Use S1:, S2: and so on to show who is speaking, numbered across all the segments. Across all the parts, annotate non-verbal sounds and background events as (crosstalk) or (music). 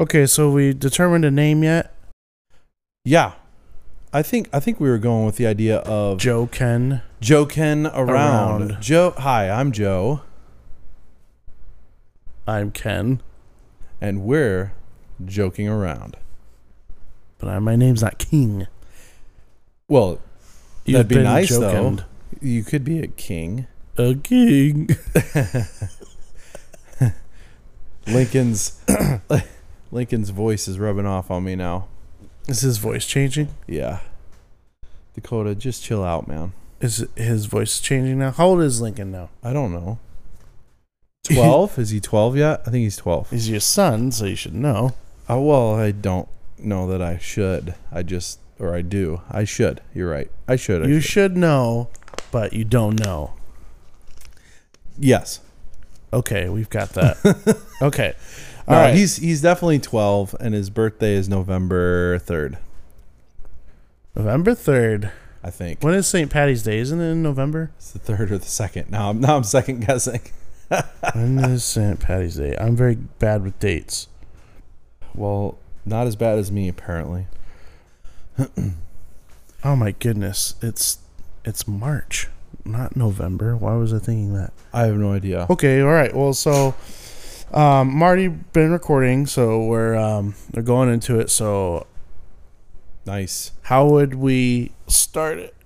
S1: Okay, so we determined a name yet?
S2: Yeah. I think I think we were going with the idea of
S1: Joe Ken.
S2: Joe Ken around.
S1: Around.
S2: Joe, hi, I'm Joe,
S1: I'm Ken,
S2: and we're joking around.
S1: but I, my name's not King.
S2: Well,
S1: You've
S2: that'd be
S1: been
S2: nice though.
S1: Joe-Kenned.
S2: You could be a king.
S1: A king. (laughs)
S2: Lincoln's (coughs) Lincoln's voice is rubbing off on me now.
S1: Is his voice changing?
S2: Yeah. Dakota, just chill out, man.
S1: Is his voice changing now? How old is Lincoln
S2: (laughs)
S1: now?
S2: I don't
S1: (laughs)
S2: know. 12? is he 12 yet? I think he's 12.
S1: He's your son, so you should know.
S2: Uh, well, I don't know that I should. I just, or I do. I should. You're right. I should. I
S1: You should know, but you don't know.
S2: Yes.
S1: Okay, we've got that.
S2: (laughs)
S1: okay.
S2: No,
S1: all right.
S2: He's he's definitely 12, and his birthday is November 3rd,
S1: November 3rd.
S2: I think.
S1: When is St. Patty's Day? Isn't it in
S2: (laughs)
S1: November?
S2: It's the third or the second. Now I'm now I'm second guessing.
S1: when is St. Patty's Day? I'm very bad with dates.
S2: Well, not as bad as me apparently.
S1: Oh my goodness. It's it's March, not November. Why was I thinking that?
S2: I have no idea.
S1: Okay, all right. Well, so um I'm already been recording, so we're um we're going into it. So
S2: Nice.
S1: how would we start it?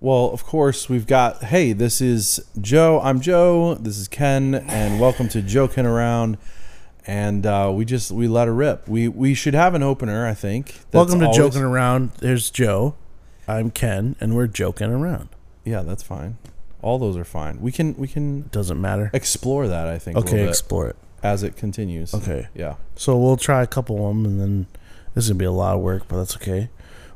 S2: Well, of course we've got. Hey, this is Joe. I'm Joe. This is Ken, and welcome to Joking Around. And uh, we just we let her rip. We we should have an opener. I think. That's
S1: Welcome to
S2: always-
S1: Joking Around. There's Joe. I'm Ken, and we're joking around.
S2: Yeah, that's fine. All those are fine. We can we can
S1: Doesn't matter.
S2: explore that. I think. a little
S1: Okay,
S2: bit.
S1: explore it.
S2: as it continues.
S1: Okay.
S2: Yeah.
S1: So we'll try a couple of them, and then this is gonna be a lot of work, but that's okay.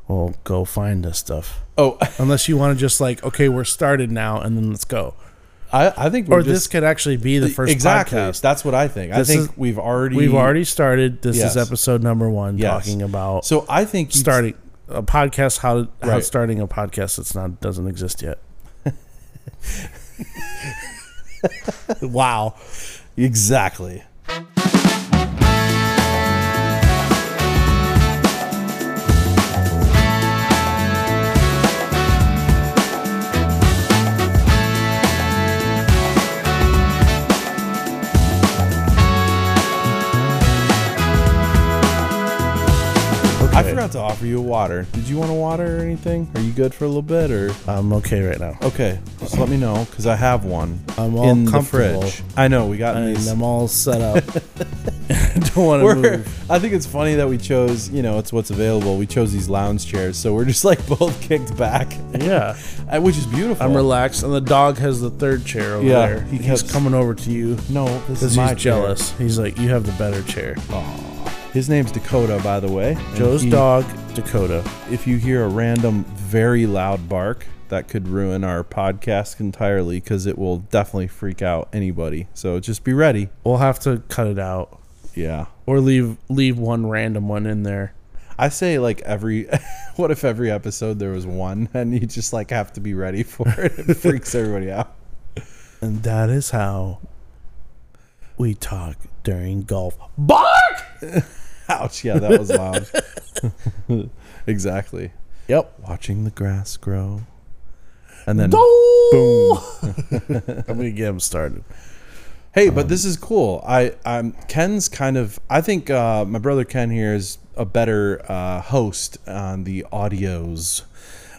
S1: We'll go find this stuff.
S2: Oh,
S1: Unless you want to just like, okay, we're started now, and then let's go.
S2: I, I think we're
S1: Or this
S2: just, e,
S1: could actually be the first
S2: exactly.
S1: podcast.
S2: That's what I think.
S1: This
S2: I think
S1: is-
S2: we've already
S1: We've already started. This
S2: Yes.
S1: is episode number one,
S2: Yes.
S1: talking about
S2: So I think you-
S1: starting a podcast. How how
S2: Right.
S1: starting a podcast that's not doesn't exist
S2: (laughs)
S1: yet. wow.
S2: exactly. I
S1: Okay.
S2: forgot to offer you a water. Did you want a water or anything? Are you good for a little bit or?
S1: I'm okay right now.
S2: Okay, just let me know because I have one
S1: I'm all
S2: in the
S1: comfortable.
S2: fridge. I know we got
S1: And
S2: these.
S1: I'm all set up. (laughs) I don't want to
S2: (laughs) We're,
S1: move.
S2: I think it's funny that we chose, you know, it's what's available. We chose these lounge chairs, so we're just like (laughs) both kicked back, (laughs)
S1: Yeah.
S2: uh, which is beautiful.
S1: I'm relaxed, and the dog has the third chair over
S2: Yeah,
S1: there.
S2: he
S1: he's
S2: kept-
S1: coming over to you
S2: no, this
S1: because
S2: is my
S1: he's
S2: chair.
S1: jealous. He's like, "You have the better chair."
S2: His name's Dakota, by the way. and
S1: Joe's
S2: Um, he-
S1: dog, Dakota.
S2: If you hear a random, very loud bark, that could ruin our podcast entirely because it will definitely freak out anybody. So just be ready.
S1: We'll have to cut it out
S2: Yeah.
S1: or leave leave one random one in there.
S2: I say like every (laughs) what if every episode there was one (laughs) and you just like have to be ready for it. (laughs) It freaks everybody out.
S1: And that is how we talk during golf. Bark.
S2: Ouch, yeah, that was loud. (laughs) exactly.
S1: Yep.
S2: Watching the grass grow. And then
S1: Boom. (laughs)
S2: (laughs)
S1: I'm gonna get him started.
S2: Hey, but this is cool. I um, Ken's kind of. I think uh, my brother Ken here is a better uh, host on the audios,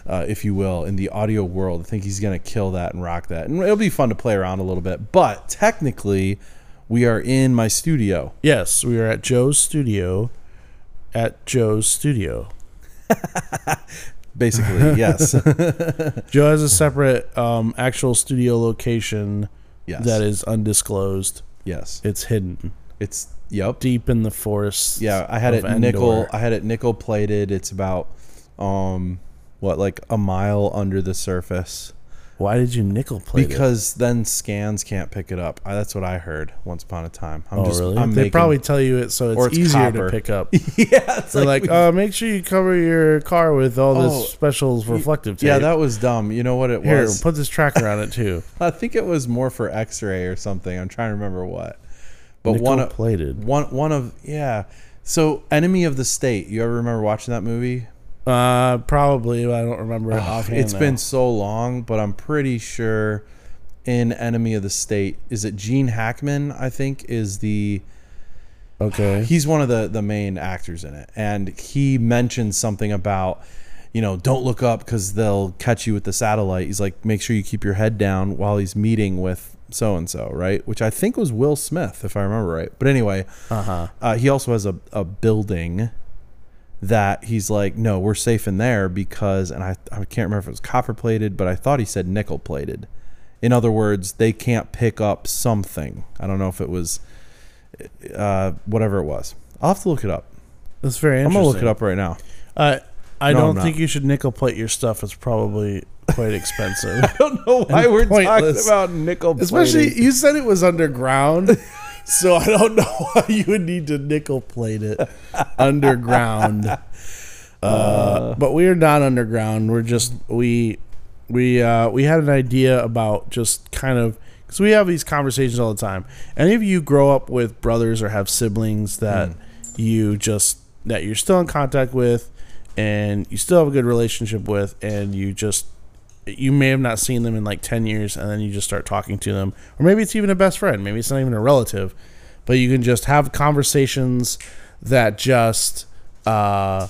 S2: uh, if you will, in the audio world. I think he's gonna kill that and rock that, and it'll be fun to play around a little bit. But technically, we are in my studio.
S1: Yes, we are at Joe's studio. At Joe's studio. (laughs)
S2: Basically, yes,
S1: Joe has a separate um, actual studio location
S2: yes,
S1: that is undisclosed.
S2: yes.
S1: It's hidden
S2: It's yep.
S1: deep in the forest.
S2: Yeah, I had
S1: of
S2: it nickel.
S1: Endor.
S2: I had it nickel plated. It's about um, what like a mile under the surface.
S1: Why did you nickel plate it?
S2: because then scans can't pick it up. I, that's what I heard once upon a time. I'm
S1: Oh,
S2: just,
S1: really?
S2: I'm
S1: they
S2: making,
S1: probably tell you it so it's,
S2: Or it's
S1: easier to
S2: copper.
S1: pick (laughs) up.
S2: (laughs) yeah. It's
S1: They're
S2: like,
S1: like, uh, make sure you cover your car with all
S2: Oh,
S1: this special reflective tape.
S2: yeah, that was dumb. You know what it
S1: Here,
S2: was?
S1: put this tracker on it (laughs) too.
S2: I think it was more for X-ray or something. I'm trying to remember what. But
S1: Nickel
S2: one of
S1: plated.
S2: one one of yeah, So, Enemy of the State. You ever remember watching that movie?
S1: Uh, probably. but I don't remember it offhand.
S2: It's
S1: now.
S2: been so long, but I'm pretty sure in Enemy of the State, is it Gene Hackman? I think is the
S1: okay.
S2: he's one of the the main actors in it, and he mentioned something about you know don't look up because they'll catch you with the satellite. He's like, make sure you keep your head down while he's meeting with so and so, right? Which I think was Will Smith, if I remember right. But anyway,
S1: Uh-huh.
S2: uh, he also has a, a building that he's like, no, we're safe in there because, and I, I can't remember if it was copper plated, but I thought he said nickel plated. In other words, they can't pick up something. I don't know if it was uh, whatever it was. I'll have to look it up.
S1: That's very
S2: I'm
S1: interesting.
S2: going to look it up right now.
S1: Uh, I
S2: No, I'm
S1: don't
S2: not.
S1: think you should nickel plate your stuff. It's probably quite expensive.
S2: I (laughs) don't (laughs) know why we're
S1: Pointless.
S2: talking about nickel
S1: (laughs)
S2: plated.
S1: Especially, you said it was (laughs) underground. So I don't know (laughs) why you would need to nickel plate (laughs) it underground. Uh, but we are not underground. We're just we we uh, we had an idea about just kind of because we have these conversations all the time. Any of you grow up with brothers or have siblings that you just that you're still in contact with, and you still have a good relationship with, and you just you may have not seen them in like 10 years and then you just start talking to them or maybe it's even a best friend maybe it's not even a relative but you can just have conversations that just uh,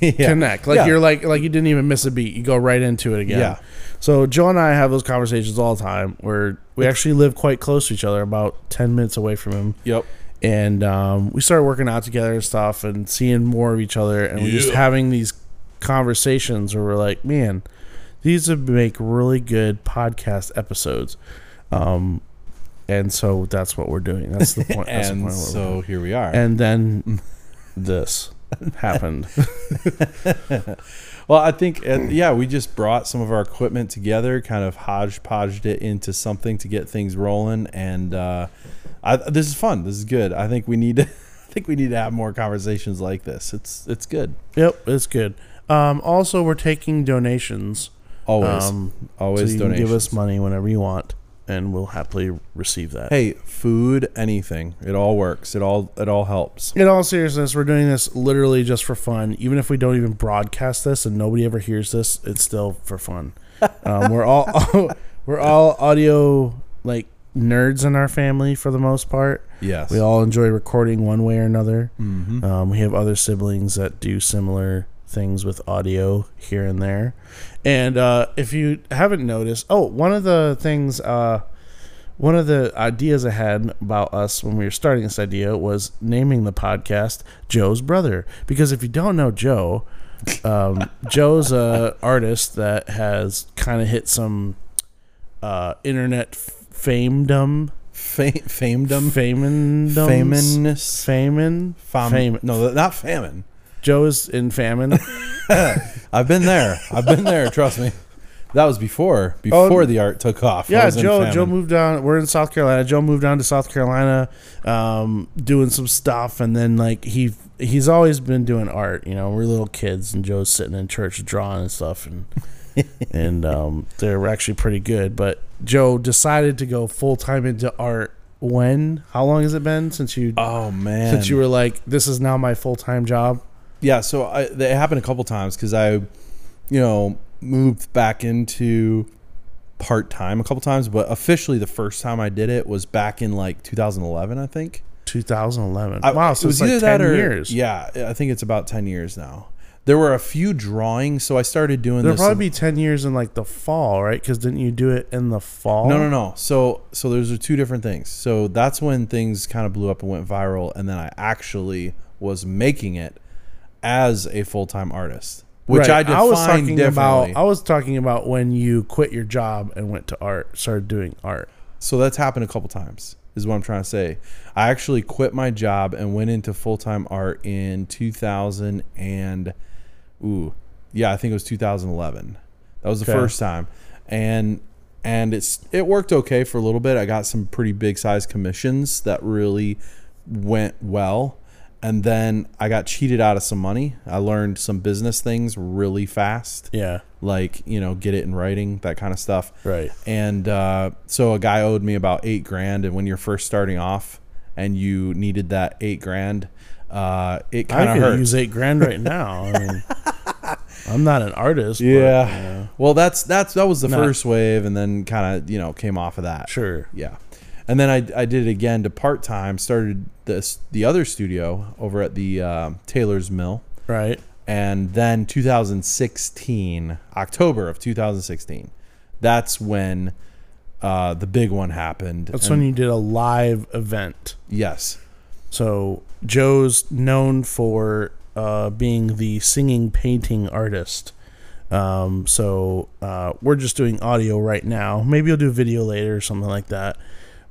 S2: yeah.
S1: (laughs) connect like
S2: Yeah.
S1: you're like like you didn't even miss a beat you go right into it again
S2: Yeah.
S1: so joe and i have those conversations all the time where we actually live quite close to each other about 10 minutes away from him
S2: Yep.
S1: and um, we started working out together and stuff and seeing more of each other and we're just
S2: Yeah.
S1: having these conversations where we're like man these would make really good podcast episodes um, and so that's what we're doing that's the point that's the
S2: (laughs) And
S1: point of what we're doing.
S2: so here we are.
S1: and
S2: (laughs)
S1: then this happened
S2: Well, I think uh yeah, we just brought some of our equipment together, kind of hodgepodged it into something to get things rolling, and uh, I, this is fun. This is good. I think we need to. (laughs) I think we need to have more conversations like this. It's it's good.
S1: yep it's good um, also we're taking donations
S2: Always,
S1: um, so
S2: always
S1: you can
S2: donations.
S1: give us money whenever you want and we'll happily receive that
S2: hey, food, anything. It all works. It all it all helps.
S1: in all seriousness, we're doing this literally just for fun. Even if we don't even broadcast this and nobody ever hears this, it's still for
S2: (laughs)
S1: fun. Um, we're all (laughs) we're all audio like nerds in our family for the most part.
S2: Yes.
S1: We all enjoy recording one way or another.
S2: Mhm.
S1: Um, we have other siblings that do similar things with audio here and there. And uh, if you haven't noticed, oh, one of the things, uh, one of the ideas I had about us when we were starting this idea was naming the podcast Joe's Brother. Because if you don't know Joe, um, Joe's a artist that has kind of hit some uh, internet f- famedom,
S2: Fa- famedom,
S1: famendom,
S2: fameness,
S1: famine,
S2: fam-
S1: Fame.
S2: No, not famine.
S1: Joe is in famine.
S2: I've been there. I've been there. Trust me. That was before before the art took off.
S1: (laughs)
S2: I
S1: Oh. yeah,
S2: was in
S1: Joe.
S2: famine.
S1: Joe moved down. We're in South Carolina. Joe moved down to South Carolina, um, doing some stuff, and then like he he's always been doing art. You know, we're little kids, and Joe's sitting in church drawing and stuff,
S2: (laughs)
S1: and and um, they're actually pretty good. But Joe decided to go full time into art. When? How long has it been since you
S2: Oh man!
S1: since you were like this is now my full time job?
S2: yeah, so I, that happened a couple times because I, you know, moved back into part time a couple times, but officially the first time I did it was back in like 2011, I think.
S1: 2011.
S2: I,
S1: wow,
S2: it
S1: so
S2: was
S1: it's like
S2: either
S1: 10
S2: that or
S1: years.
S2: yeah, I think it's about 10 years now. There were a few drawings, so I started doing
S1: There'll
S2: this. in-
S1: probably be ten years in like the fall, right? Because didn't you do it in the fall?
S2: No, no, no. So, so those are two different things. So that's when things kind of blew up and went viral, and then I actually was making it as a full time artist, which I
S1: Right.
S2: define
S1: was talking
S2: differently.
S1: about. I was talking about when you quit your job and went to art, started doing art.
S2: So that's happened a couple times, is what I'm trying to say. I actually quit my job and went into full time art in 2000 and, ooh, yeah, I think it was 2011. That was the
S1: Okay.
S2: first time, and and it's it worked okay for a little bit. I got some pretty big size commissions that really went well, and then I got cheated out of some money. I learned some business things really fast
S1: Yeah,
S2: like you know get it in writing that kind of stuff
S1: Right.
S2: and uh, so a guy owed me about eight grand and when you're first starting off and you needed that eight grand, uh, it
S1: I
S2: kind of
S1: could
S2: hurts.
S1: use eight grand right now. I
S2: (laughs)
S1: mean, I'm not an artist. but,
S2: yeah.
S1: you know,
S2: Well, that's that's that was the
S1: Not-
S2: first wave, and then kind of you know came off of that.
S1: sure.
S2: Yeah. And then I, I did it again to part time. Started this the other studio over at the um Taylor's Mill,
S1: Right.
S2: and then 2016 October of 2016, that's when uh, the big one happened.
S1: That's
S2: And-
S1: when you did a live event.
S2: yes,
S1: So Joe's known for uh, being the singing painting artist. Um, so uh, we're just doing audio right now. Maybe you'll do video later or something like that.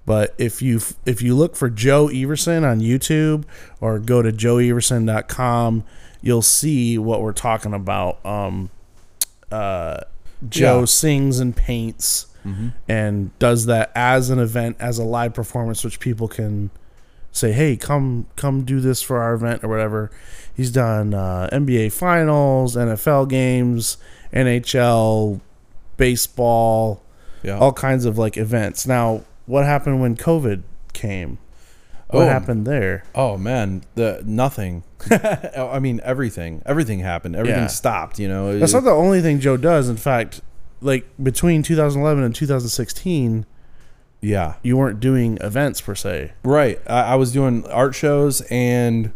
S1: But if you if you look for Joe Everson on YouTube or go to joeeverson.com, you'll see what we're talking about. Um, uh, Joe
S2: Yeah.
S1: sings and paints and does that as an event, as a live performance, which people can say, "Hey, come come do this for our event or whatever." He's done uh, NBA finals, NFL games, NHL, baseball,
S2: yeah.
S1: all kinds of like events. Now, what happened when COVID came? What
S2: Oh.
S1: happened there?
S2: Oh man, the nothing. (laughs) I mean everything. Everything happened. Everything
S1: Yeah.
S2: stopped. You know.
S1: That's not the only thing Joe does. In fact, like between 2011 and 2016,
S2: yeah.
S1: you weren't doing events per se.
S2: Right. I, I was doing art shows, and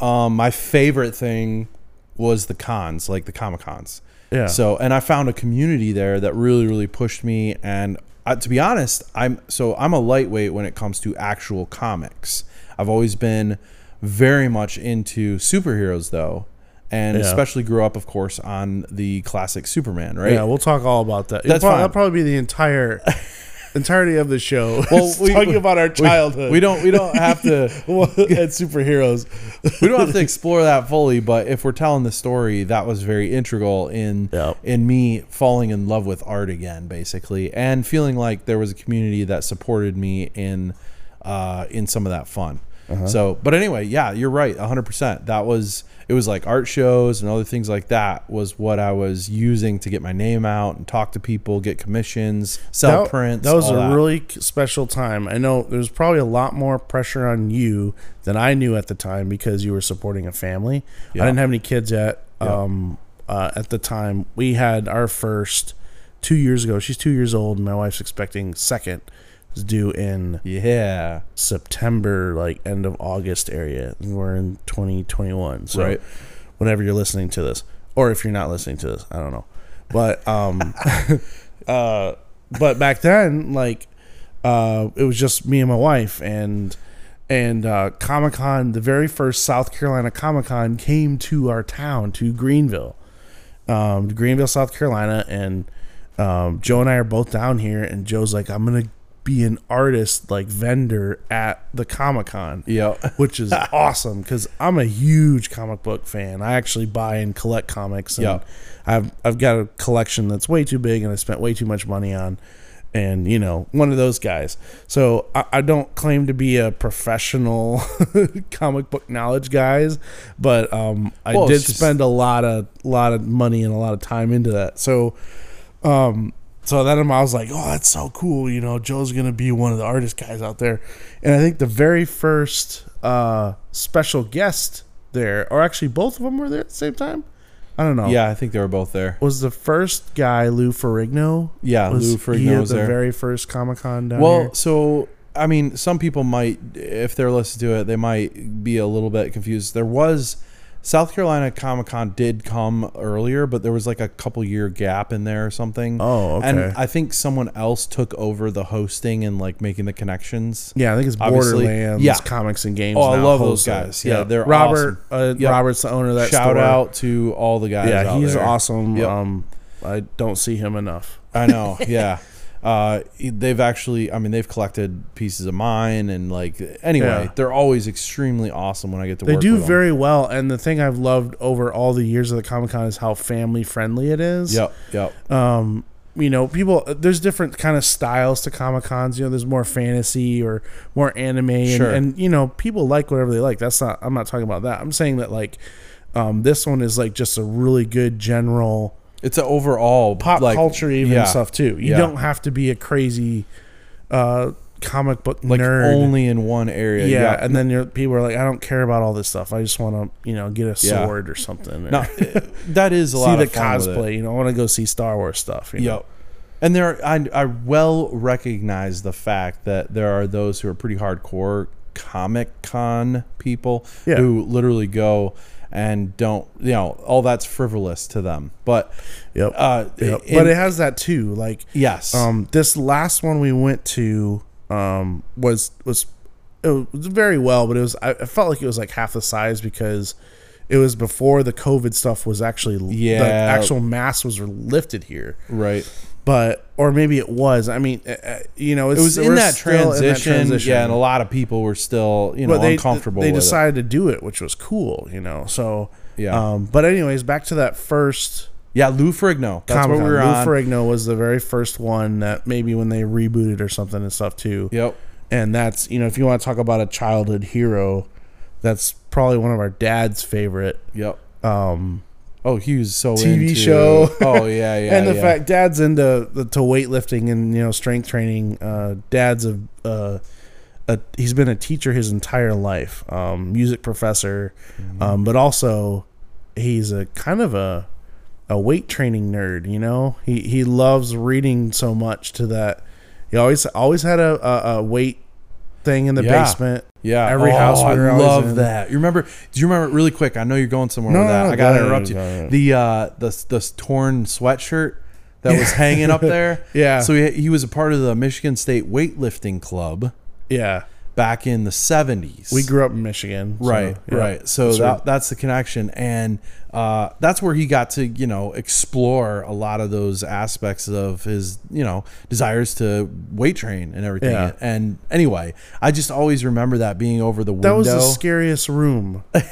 S2: um, my favorite thing was the cons, like the comic cons.
S1: Yeah.
S2: So, and I found a community there that really, really pushed me. And uh, to be honest, I'm so I'm a lightweight when it comes to actual comics. I've always been very much into superheroes, though, and
S1: Yeah.
S2: especially grew up, of course, on the classic Superman. Right.
S1: Yeah, we'll talk all about that.
S2: That's
S1: It'll prob-
S2: fine.
S1: That'll probably be the
S2: (laughs)
S1: entire entirety of the show.
S2: Well,
S1: is
S2: we-
S1: talking about our
S2: We-
S1: childhood.
S2: we don't. We don't
S1: (laughs)
S2: have to.
S1: Well, at superheroes.
S2: we don't have to explore that fully, but if we're telling the story, that was very integral in
S1: Yep.
S2: in me falling in love with art again, basically, and feeling like there was a community that supported me in uh, in some of that fun.
S1: Uh-huh.
S2: So, but anyway, yeah, you're right, 100%. That was it was like art shows and other things like that was what I was using to get my name out and talk to people, get commissions, sell
S1: That,
S2: prints.
S1: that was a
S2: all
S1: really special time. I know there was probably a lot more pressure on you than I knew at the time because you were supporting a family.
S2: Yeah.
S1: I didn't have any kids yet. Um, uh, at the time, we had our first two years ago. She's two years old, and my wife's expecting second. Is due in (laughs)
S2: Yeah.
S1: September, like end of August area. And We're in 2021. So
S2: Right.
S1: whenever you're listening to this, or if you're not listening to this, I don't know. But um
S2: (laughs)
S1: uh but back then, like uh it was just me and my wife and and uh Comic Con, the very first South Carolina Comic Con came to our town, to Greenville um, to Greenville, South Carolina, and um, Joe and I are both down here. And Joe's like, "I'm gonna be an artist, like vendor at the Comic Con."
S2: Yeah.
S1: (laughs) Which
S2: (laughs)
S1: is awesome because I'm a huge comic book fan. I actually buy and collect comics. And
S2: Yeah.
S1: I've I've got a collection that's way too big and I spent way too much money on. And you know, one of those guys. So I, I don't claim to be a professional (laughs) comic book knowledge guys, but um, I
S2: Well,
S1: did
S2: it's just-
S1: spend a lot of lot of money and a lot of time into that. So um so then I was like, oh, that's so cool. You know, Joe's going to be one of the artist guys out there. And I think the very first uh, special guest there, or actually both of them were there at the same time. I don't know.
S2: Yeah, I think they were both there.
S1: Was the first guy Lou Ferrigno?
S2: Yeah,
S1: was
S2: Lou Ferrigno
S1: he at
S2: was
S1: the
S2: there.
S1: very first Comic Con down
S2: Well,
S1: here?
S2: so I mean, some people might, if they're listening to it, they might be a little bit confused. There was South Carolina Comic Con did come earlier, but there was like a couple year gap in there or something.
S1: Oh, okay.
S2: And I think someone else took over the hosting and like making the connections.
S1: Yeah, I think it's
S2: Obviously,
S1: Borderlands,
S2: yeah.
S1: comics and games.
S2: Oh, I
S1: now
S2: love those
S1: hosts it.
S2: guys. Yeah, they're
S1: Robert. Uh,
S2: Yep.
S1: Robert's the owner of that.
S2: Shout
S1: store.
S2: out to all the guys.
S1: Yeah,
S2: out
S1: he's
S2: there.
S1: awesome.
S2: Yep.
S1: Um, I don't see him enough. (laughs)
S2: I know. Yeah. Uh, they've actually, I mean, they've collected pieces of mine and like, anyway,
S1: Yeah.
S2: they're always extremely awesome when I get to
S1: They
S2: work
S1: do
S2: with 'em.
S1: very well, and the thing I've loved over all the years of the Comic Con is how family friendly it is.
S2: Yep. Yep.
S1: Um, you know, people. There's different kind of styles to Comic Cons. You know, there's more fantasy or more anime, and,
S2: Sure.
S1: and you know, people like whatever they like. That's not. I'm not talking about that. I'm saying that like, um, this one is like just a really good general
S2: It's an overall
S1: pop
S2: like,
S1: culture even
S2: yeah,
S1: stuff too. You
S2: yeah.
S1: don't have to be a crazy uh, comic book
S2: like
S1: nerd.
S2: only in one area.
S1: yeah,
S2: (laughs)
S1: and then your people are like, I don't care about all this stuff. I just want to, you know, get a
S2: Yeah.
S1: sword or something. Or
S2: Now, that is a
S1: see
S2: lot
S1: the
S2: of fun with it.
S1: cosplay. You know, I want to go see Star Wars stuff. You know?
S2: Yep. And there, are, I, I well recognize the fact that there are those who are pretty hardcore Comic Con people
S1: Yeah.
S2: who literally go and don't, you know, all that's frivolous to them. But
S1: Yep.
S2: uh,
S1: Yep.
S2: in-
S1: but it has that too. Like,
S2: yes,
S1: Um, this last one we went to um, was was it was very well, but it was I, I felt like it was like half the size because it was before the COVID stuff was actually
S2: Yeah.
S1: the actual mass was lifted here,
S2: right.
S1: but or maybe it was. I mean, uh, uh, you know, it's,
S2: It was in
S1: we're
S2: that,
S1: still in that
S2: transition,
S1: transition.
S2: yeah, and a lot of people were still, you know,
S1: but they
S2: uncomfortable.
S1: they
S2: with it.
S1: decided to do it, which was cool, you know. So
S2: Yeah.
S1: Um, but anyways, back to that first.
S2: Yeah, Lou Ferrigno. That's
S1: Comic-Con.
S2: what we were
S1: Lou
S2: on.
S1: Ferrigno was the very first one that maybe when they rebooted or something and stuff too.
S2: Yep.
S1: And that's, you know, if you want to talk about a childhood hero, that's probably one of our dad's favorite.
S2: Yep.
S1: Um,
S2: Oh, he was so
S1: TV
S2: into-
S1: show.
S2: (laughs) Oh yeah, yeah.
S1: and the
S2: yeah.
S1: fact dad's into the, to weightlifting and, you know, strength training. Uh, dad's a, uh, a, he's been a teacher his entire life, um, music professor,
S2: Mm-hmm.
S1: um, but also he's a kind of a, a weight training nerd. You know, he he loves reading so much to that. He always always had a, a, a weight thing in the
S2: Yeah.
S1: basement.
S2: Yeah, Oh,
S1: Every house we
S2: I
S1: were always
S2: love
S1: in.
S2: that. You remember? Do you remember really quick? I know you're going somewhere
S1: No,
S2: with
S1: no,
S2: that.
S1: no,
S2: I gotta
S1: go
S2: interrupt you.
S1: ahead, go ahead.
S2: The uh, the the torn sweatshirt that was hanging up there.
S1: (laughs) Yeah.
S2: So he, he was a part of the Michigan State weightlifting club
S1: Yeah.
S2: back in the 70s.
S1: We grew up in Michigan. so,
S2: Right,
S1: yeah.
S2: right. So
S1: That's
S2: that,
S1: where-
S2: that's the connection, and uh, that's where he got to, you know, explore a lot of those aspects of his, you know, desires to weight train and everything.
S1: Yeah.
S2: And anyway, I just always remember that being over the window.
S1: that was the scariest room in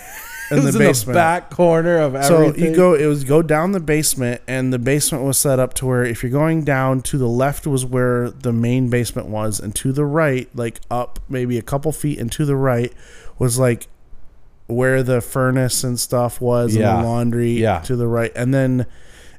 S2: it was
S1: the
S2: in the
S1: basement.
S2: back corner of
S1: so
S2: everything.
S1: you go it was go down the basement and the basement was set up to where if you're going down to the left was where the main basement was and to the right like up maybe a couple feet and to the right was like where the furnace and stuff was
S2: Yeah.
S1: and the laundry
S2: Yeah.
S1: to the right and then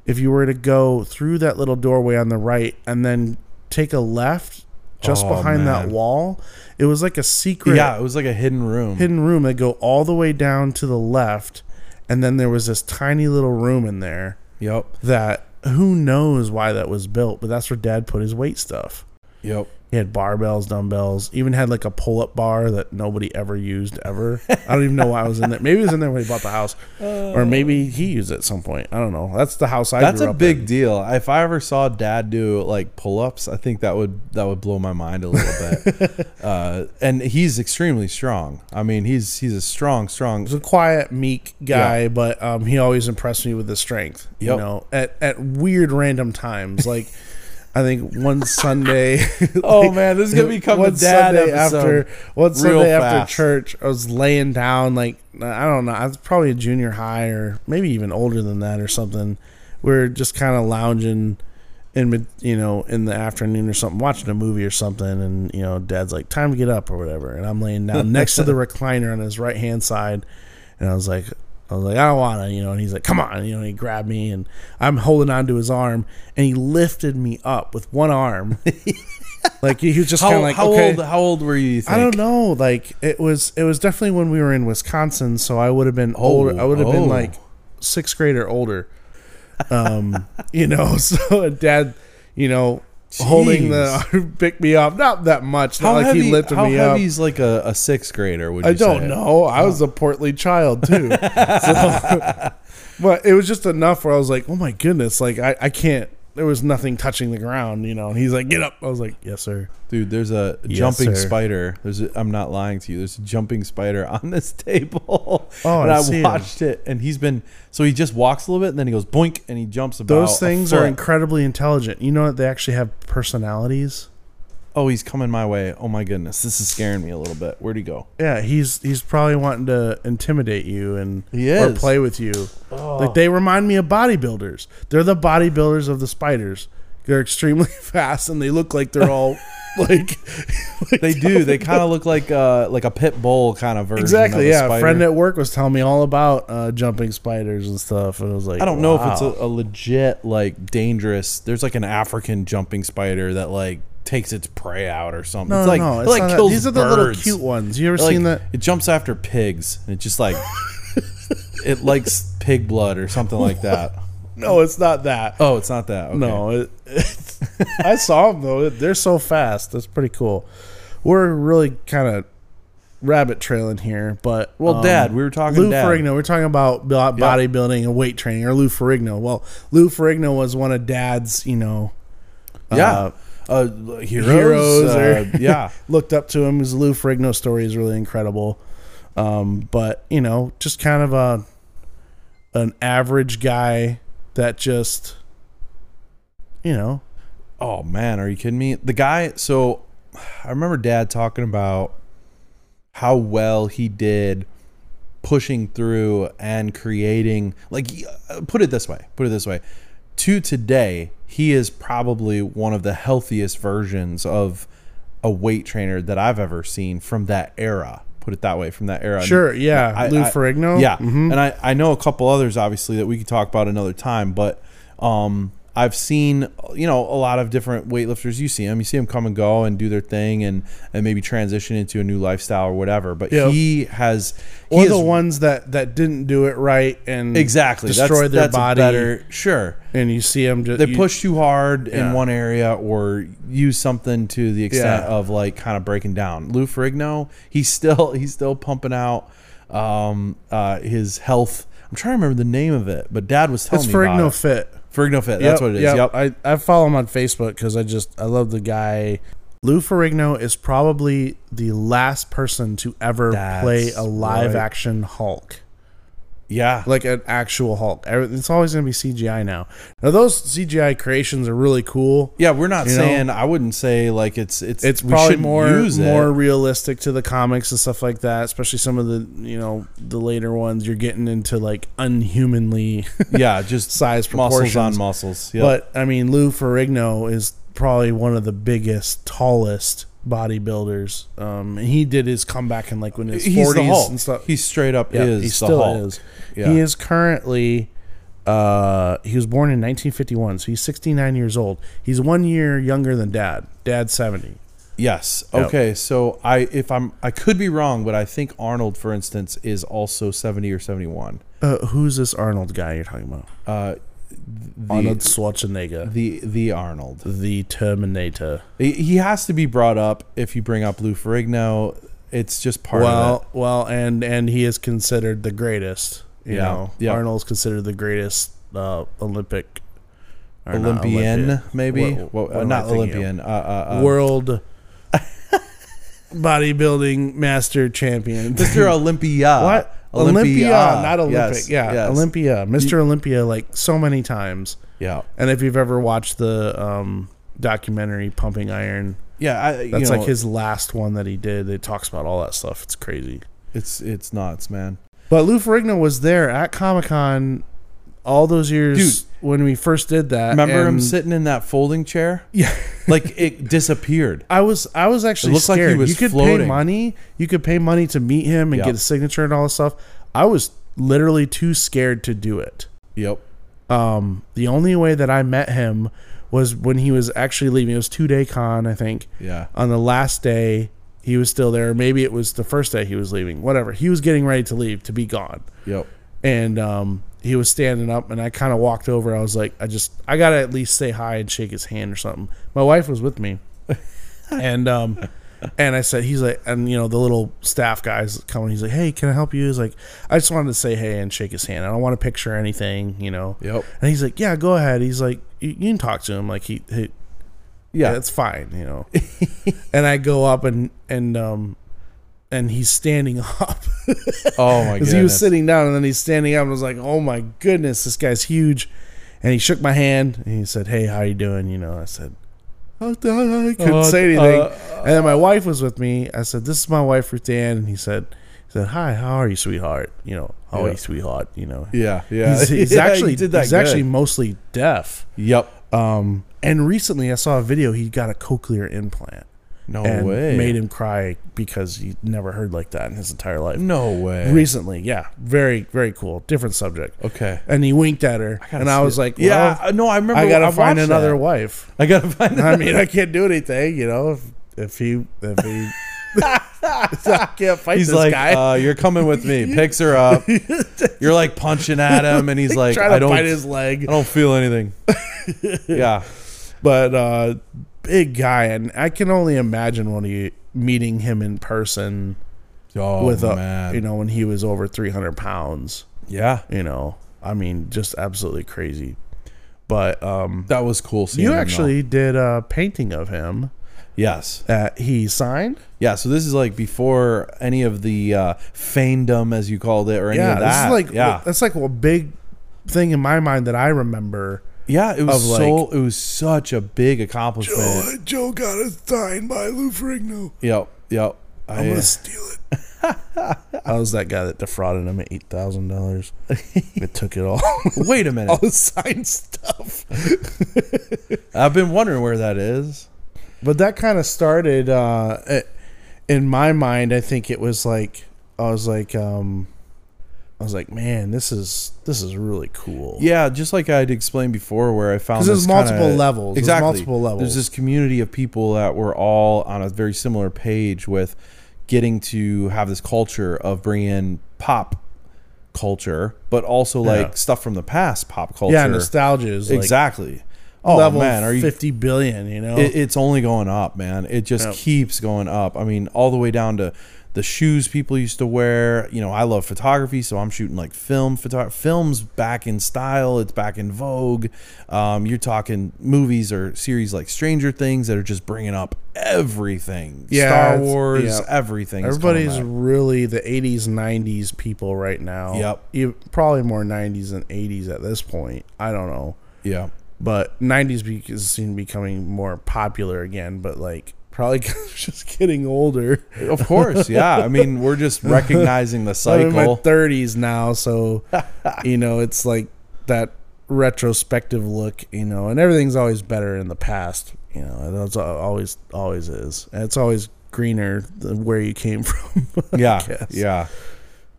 S1: if you were to go through that little doorway on the right and then take a left just
S2: Oh,
S1: behind that
S2: man.
S1: wall it was like a secret
S2: Yeah, it was like a hidden room.
S1: hidden room that go all the way down to the left and then there was this tiny little room in there
S2: Yep,
S1: that who knows why that was built but that's where dad put his weight stuff
S2: yep.
S1: he had barbells dumbbells even had like a pull-up bar that nobody ever used ever i don't even know why i was in there maybe it was in there when he bought the house or maybe he used it at some point i don't know that's the house i
S2: That's
S1: grew
S2: a
S1: up
S2: big
S1: in.
S2: deal. If I ever saw Dad do like pull-ups, I think that would that would blow my mind a little
S1: (laughs)
S2: bit. Uh, and he's extremely strong. I mean, he's he's a strong, strong.
S1: was a quiet, meek guy, but um, he always impressed me with his strength. You
S2: Yep.
S1: know, at at weird random
S2: (laughs)
S1: times, like. I think one Sunday.
S2: Oh, man, this is gonna become the dad episode
S1: after one
S2: real
S1: Sunday
S2: fast.
S1: after church. I was laying down, like I don't know, I was probably a junior high or maybe even older than that or something. We are just kind of lounging in, mid- you know, in the afternoon or something, watching a movie or something, and you know, Dad's like, "Time to get up" or whatever, and I'm laying down next
S2: (laughs)
S1: to the recliner on his right hand side, and I was like, I was like, I don't want to, you know. And he's like, come on, you know. And he grabbed me, and I'm holding onto his arm, and he lifted me up with one
S2: (laughs)
S1: arm. like he was just kind
S2: How,
S1: of like,
S2: how
S1: okay.
S2: old how old were you? you think?
S1: I don't know. Like it was, it was definitely when we were in Wisconsin, so I would have been older. I would have
S2: oh.
S1: been like sixth grade or older. Um, (laughs) you know, so dad, you know, holding the (laughs) pick me up, not that much. Not
S2: How
S1: like
S2: heavy?
S1: he lifted
S2: how
S1: me up.
S2: heavy's like a, a sixth grader? Would you
S1: I don't
S2: say?
S1: know. I
S2: Oh.
S1: was a portly child
S2: (laughs)
S1: too. So- (laughs) but it was just enough where I was like, oh my goodness, like I, I can't. There was nothing touching the ground, you know. And he's like, get up. I was like, yes, sir.
S2: Dude, there's a
S1: sir.
S2: jumping spider. There's a, I'm not lying to you. There's a jumping spider on this (laughs) table.
S1: Oh,
S2: and
S1: I
S2: I,
S1: see him.
S2: watched it, and he's been so he just walks a little bit, and then he goes boink, and he jumps about.
S1: Those
S2: a
S1: things are
S2: foot.
S1: incredibly intelligent. You know that they actually have personalities.
S2: Oh, he's coming my way. Oh my goodness, this is scaring me a little bit. Where'd he go?
S1: Yeah, he's he's probably wanting to intimidate you and
S2: He
S1: or
S2: is. Oh.
S1: play with you. Like they remind me of bodybuilders. They're the bodybuilders of the spiders. They're extremely (laughs) fast and they look like they're
S2: (laughs)
S1: all like
S2: They do. They kind of look like uh like a pit bull kind of
S1: (laughs)
S2: version.
S1: Exactly.
S2: Of a
S1: Yeah.
S2: spider.
S1: A friend at work was telling me all about uh, jumping spiders and stuff, and I was like,
S2: I don't know if it's
S1: wow.
S2: a, a legit like dangerous. There's like an African jumping spider that like takes its prey out or something.
S1: No,
S2: it's
S1: no,
S2: like,
S1: no,
S2: it
S1: it's
S2: like
S1: not that.
S2: kills
S1: These are the
S2: birds.
S1: little cute ones. You ever
S2: Like,
S1: seen that?
S2: It jumps after pigs and it
S1: (laughs)
S2: just like it likes pig blood or something like that.
S1: No, it's not that.
S2: Oh, it's not that. Okay.
S1: No, it, (laughs) it's- I saw them though. They're so fast. That's pretty cool. We're really kind of rabbit trailing here, but um,
S2: Well, Dad, we were talking
S1: Lou
S2: Dad.
S1: Ferrigno. We're talking about bo- bodybuilding and weight training, or Lou Ferrigno. Well, Lou Ferrigno was one of Dad's, you know,
S2: Yeah. Uh, heroes.
S1: heroes.
S2: uh,
S1: (laughs) or
S2: yeah.
S1: looked up to him. His Lou Ferrigno story is really incredible. Um, but you know, just kind of a an average guy that just, you know,
S2: Oh man, are you kidding me? The guy. So, I remember Dad talking about how well he did pushing through and creating. Like, uh, put it this way. Put it this way. To today, he is probably one of the healthiest versions of a weight trainer that I've ever seen from that era. Put it that way, from that era.
S1: Sure, yeah. Lou Ferrigno? Mm-hmm.
S2: Yeah, and I, I know a couple others obviously that we could talk about another time, but um, I've seen you know a lot of different weightlifters. You see them, you see them come and go and do their thing, and and maybe transition into a new lifestyle or whatever. But
S1: Yeah.
S2: he has he
S1: or
S2: is-
S1: the ones that that didn't do it right and
S2: exactly
S1: destroy
S2: that's,
S1: their
S2: that's a
S1: body
S2: better- sure.
S1: and you see them just
S2: They push too hard
S1: Yeah.
S2: in one area or use something to the extent
S1: Yeah.
S2: of like kind of breaking down. Lou Ferrigno, he's still he's still pumping out um, uh, his health. I'm trying to remember the name of it, but Dad was telling
S1: it's
S2: me
S1: Ferrigno
S2: about it.
S1: Fit.
S2: Ferrigno
S1: Yep,
S2: Fit. That's what it is. Yep.
S1: I, I follow him on Facebook because I just I love the guy. Lou Ferrigno is probably the last person to ever
S2: That's
S1: play a live
S2: right.
S1: action Hulk,
S2: Yeah.
S1: like an actual Hulk. Every- It's always going to be CGI now. Now those CGI creations are really cool.
S2: yeah, we're not
S1: You know?
S2: saying I wouldn't say like it's it's
S1: it's
S2: we
S1: probably
S2: shouldn't
S1: more
S2: use it.
S1: more realistic to the comics and stuff like that. Especially some of the you know the later ones, you're getting into like unhumanly (laughs)
S2: yeah, just
S1: size proportions.
S2: muscles on muscles. Yep.
S1: But I mean, Lou Ferrigno is probably one of the biggest, tallest bodybuilders. Um, and he did his comeback in like when his
S2: he's the
S1: forties
S2: Hulk.
S1: and stuff.
S2: He straight up
S1: Yeah,
S2: is
S1: he
S2: the
S1: still
S2: Hulk.
S1: is.
S2: Yeah.
S1: He is currently. Uh, he was born in 1951, so he's 69 years old. He's one year younger than Dad. Dad's 70.
S2: Yes.
S1: Yep.
S2: Okay. So I, if I'm, I could be wrong, but I think Arnold, for instance, is also seventy or seventy-one.
S1: Uh, who's this Arnold guy you're talking about?
S2: Uh, the
S1: Arnold Schwarzenegger,
S2: the the Arnold.
S1: the Terminator.
S2: He- He has to be brought up if you bring up Lou Ferrigno. It's just part of
S1: Well, well, and and he is considered the greatest. You
S2: Yeah,
S1: know,
S2: yeah.
S1: Arnold's considered the greatest uh, Olympic
S2: it.
S1: or not
S2: Olympian,
S1: Olympian,
S2: maybe.
S1: What-
S2: Well,
S1: what am I
S2: not
S1: thinking of?
S2: Olympian. Uh, uh,
S1: (laughs)
S2: uh,
S1: world bodybuilding master champion.
S2: Mr. Olympia.
S1: What? Olympia, not Olympic.
S2: Yes,
S1: yeah,
S2: yes.
S1: Olympia, Mr. Olympia, like so many times.
S2: Yeah.
S1: And if you've ever watched the um, documentary Pumping Iron,
S2: Yeah. I, you
S1: that's
S2: know,
S1: like his last one that he did. It talks about all that stuff. It's crazy.
S2: It's it's nuts, man.
S1: But Lou Ferrigno was there at Comic Con all those years
S2: Dude.
S1: when we first did that.
S2: Remember him
S1: and-
S2: sitting in that folding chair?
S1: (laughs) Yeah,
S2: Like it disappeared.
S1: I was. I was actually
S2: It looked like he
S1: scared.
S2: was
S1: you could pay
S2: floating.
S1: money. You could pay money to meet him and
S2: Yeah.
S1: get a signature and all this stuff. I was literally too scared to do it.
S2: Yep.
S1: Um, the only way that I met him was when he was actually leaving. It was two day con, I think.
S2: Yeah.
S1: On the last day, he was still there. Maybe it was the first day he was leaving. Whatever. He was getting ready to leave to be gone.
S2: Yep.
S1: and um, he was standing up and i kind of walked over i was like i just i gotta at least say hi and shake his hand or something my wife was with me and um and i said he's like and you know the little staff guys coming he's like hey can i help you he's like i just wanted to say hey and shake his hand i don't want to picture anything you know
S2: Yep.
S1: and he's like yeah go ahead he's like you, you can talk to him like he, he
S2: Yeah.
S1: that's fine you
S2: (laughs)
S1: know and i go up and and um and he's standing (laughs) up (laughs)
S2: Oh my god.
S1: Because he was sitting down and then he's standing up and I was like, oh my goodness, this guy's huge. And he shook my hand and he said, hey, how you doing? You know, I said, I I couldn't
S2: Uh,
S1: say anything.
S2: uh,
S1: and then my wife was with me. I said, this is my wife, Ruth Ann. And he said, he said, hi, how are you, sweetheart? You know, how are
S2: Yeah.
S1: you, sweetheart? You know,
S2: Yeah,
S1: (laughs)
S2: yeah. (laughs)
S1: he's, he's
S2: Yeah, he
S1: actually,
S2: did that
S1: he's actually
S2: good.
S1: mostly deaf.
S2: Yep.
S1: Uh, Um, and recently I saw a video, he got a cochlear implant.
S2: No
S1: and
S2: way.
S1: made him cry because he never heard like that in his entire life.
S2: No way.
S1: Recently, yeah, very very cool, different subject.
S2: okay.
S1: And he winked at her, and I was like,
S2: yeah,
S1: well,
S2: no, I remember.
S1: I gotta find
S2: watched
S1: another
S2: that.
S1: wife.
S2: (laughs) I gotta find.
S1: (laughs) I
S2: another-
S1: mean, I can't do anything, you know. If, if he, if
S2: (laughs)
S1: he, I can't fight
S2: (laughs) He's
S1: this
S2: like,
S1: guy.
S2: uh, you're coming with me. Picks
S1: (laughs)
S2: her up. You're like punching at him, and he's like,
S1: trying to
S2: I don't,
S1: fight his leg.
S2: I don't feel anything.
S1: (laughs)
S2: yeah,
S1: but uh big guy and i can only imagine when he meeting him in person
S2: oh
S1: with a
S2: man,
S1: you know when he was over 300 pounds
S2: yeah,
S1: you know i mean just absolutely crazy but um
S2: that was cool. Seeing
S1: you
S2: him, though.
S1: actually did a painting of him
S2: yes,
S1: that he signed
S2: yeah. So this is like before any of the uh, fandom, as you called it, or any
S1: yeah
S2: of that.
S1: this is like
S2: yeah,
S1: that's like a big thing in my mind that i remember
S2: yeah. It was
S1: of,
S2: so. it was such a big accomplishment.
S1: Oh, joe got it signed by lou ferrigno
S2: Yep, yep.
S1: Oh,
S2: I,
S1: steal (laughs) it. I was that guy that defrauded him at eight thousand (laughs) dollars. It took it all,
S2: (laughs)
S1: (laughs)
S2: wait a minute.
S1: all the signed stuff.
S2: I've been wondering where that is.
S1: But that kind of started uh, it- in my mind. I think it was like I was like, um, I was like, man, this is this is really cool.
S2: Yeah, just like I'd explained before, where I found
S1: 'Cause there's
S2: this
S1: multiple
S2: kinda-
S1: levels. There's
S2: Exactly,
S1: multiple levels.
S2: There's this community of people that were all on a very similar page with getting to have this culture of bringing in pop culture, but also like
S1: Yeah.
S2: stuff from the past, pop culture.
S1: yeah, nostalgia is like
S2: exactly. Oh
S1: level
S2: man, are you?
S1: fifty billion? You know,
S2: It, it's only going up, man. It just
S1: Oh. Yep.
S2: keeps going up. I mean, all the way down to the shoes people used to wear. You know, I love photography, so I'm shooting like film photo. Films back in style. It's back in vogue. Um, you're talking movies or series like Stranger Things that are just bringing up everything.
S1: Yeah,
S2: Star
S1: it's-
S2: Wars,
S1: yeah.
S2: everything. is coming
S1: Everybody's
S2: back.
S1: really the 80s, 90s people right now.
S2: Yep.
S1: You, probably more 90s than 80s at this point. I don't know. (laughs)
S2: yeah.
S1: But 90s be- is seen to be becoming more popular again, but like probably (laughs) 'cause I'm just getting older.
S2: Of course, yeah. I mean, we're just
S1: (laughs)
S2: recognizing the
S1: I'm in my
S2: cycle.
S1: 30s now, (laughs) so, you know, it's like that retrospective look, you know, and everything's always better in the past, you know, and that's al- always, always is. And it's always greener than where you came (laughs) from.
S2: Yeah,
S1: guess.
S2: yeah.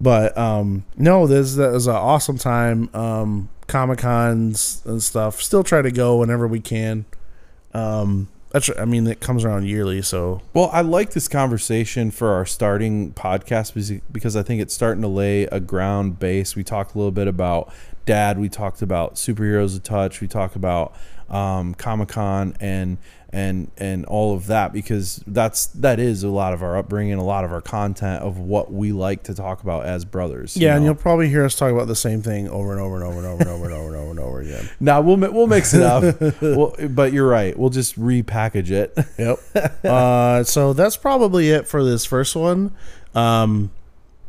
S1: But um, no, this that was an awesome time. Um, Comic cons and stuff. Still try to go whenever we can. Um, that's I mean it comes around yearly, so
S2: Well, I like this conversation for our starting podcast because- because I think it's starting to lay a ground base. We talked a little bit about dad. We talked about superheroes of touch. We talked about um, Comic Con and and and all of that because that's that is a lot of our upbringing, a lot of our content of what we like to talk about as brothers. you
S1: yeah. And
S2: know?
S1: you'll probably hear us talk about the same thing over and over and over and over and over and over and over and over again.
S2: now we'll mi- we'll mix it up. we'll, but you're right. We'll just repackage it. (laughs)
S1: Yep. uh, so that's probably it for this first one. Um,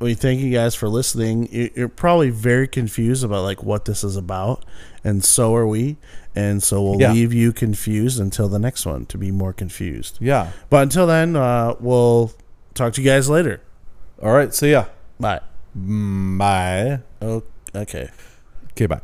S1: we thank you guys for listening. You- You're probably very confused about like what this is about, and so are we. And so we'll
S2: Yeah.
S1: leave you confused until the next one to be more confused.
S2: yeah.
S1: But until then, uh, we'll talk to you guys later.
S2: All right. So yeah.
S1: Bye.
S2: Bye.
S1: Oh, okay.
S2: Okay. Bye.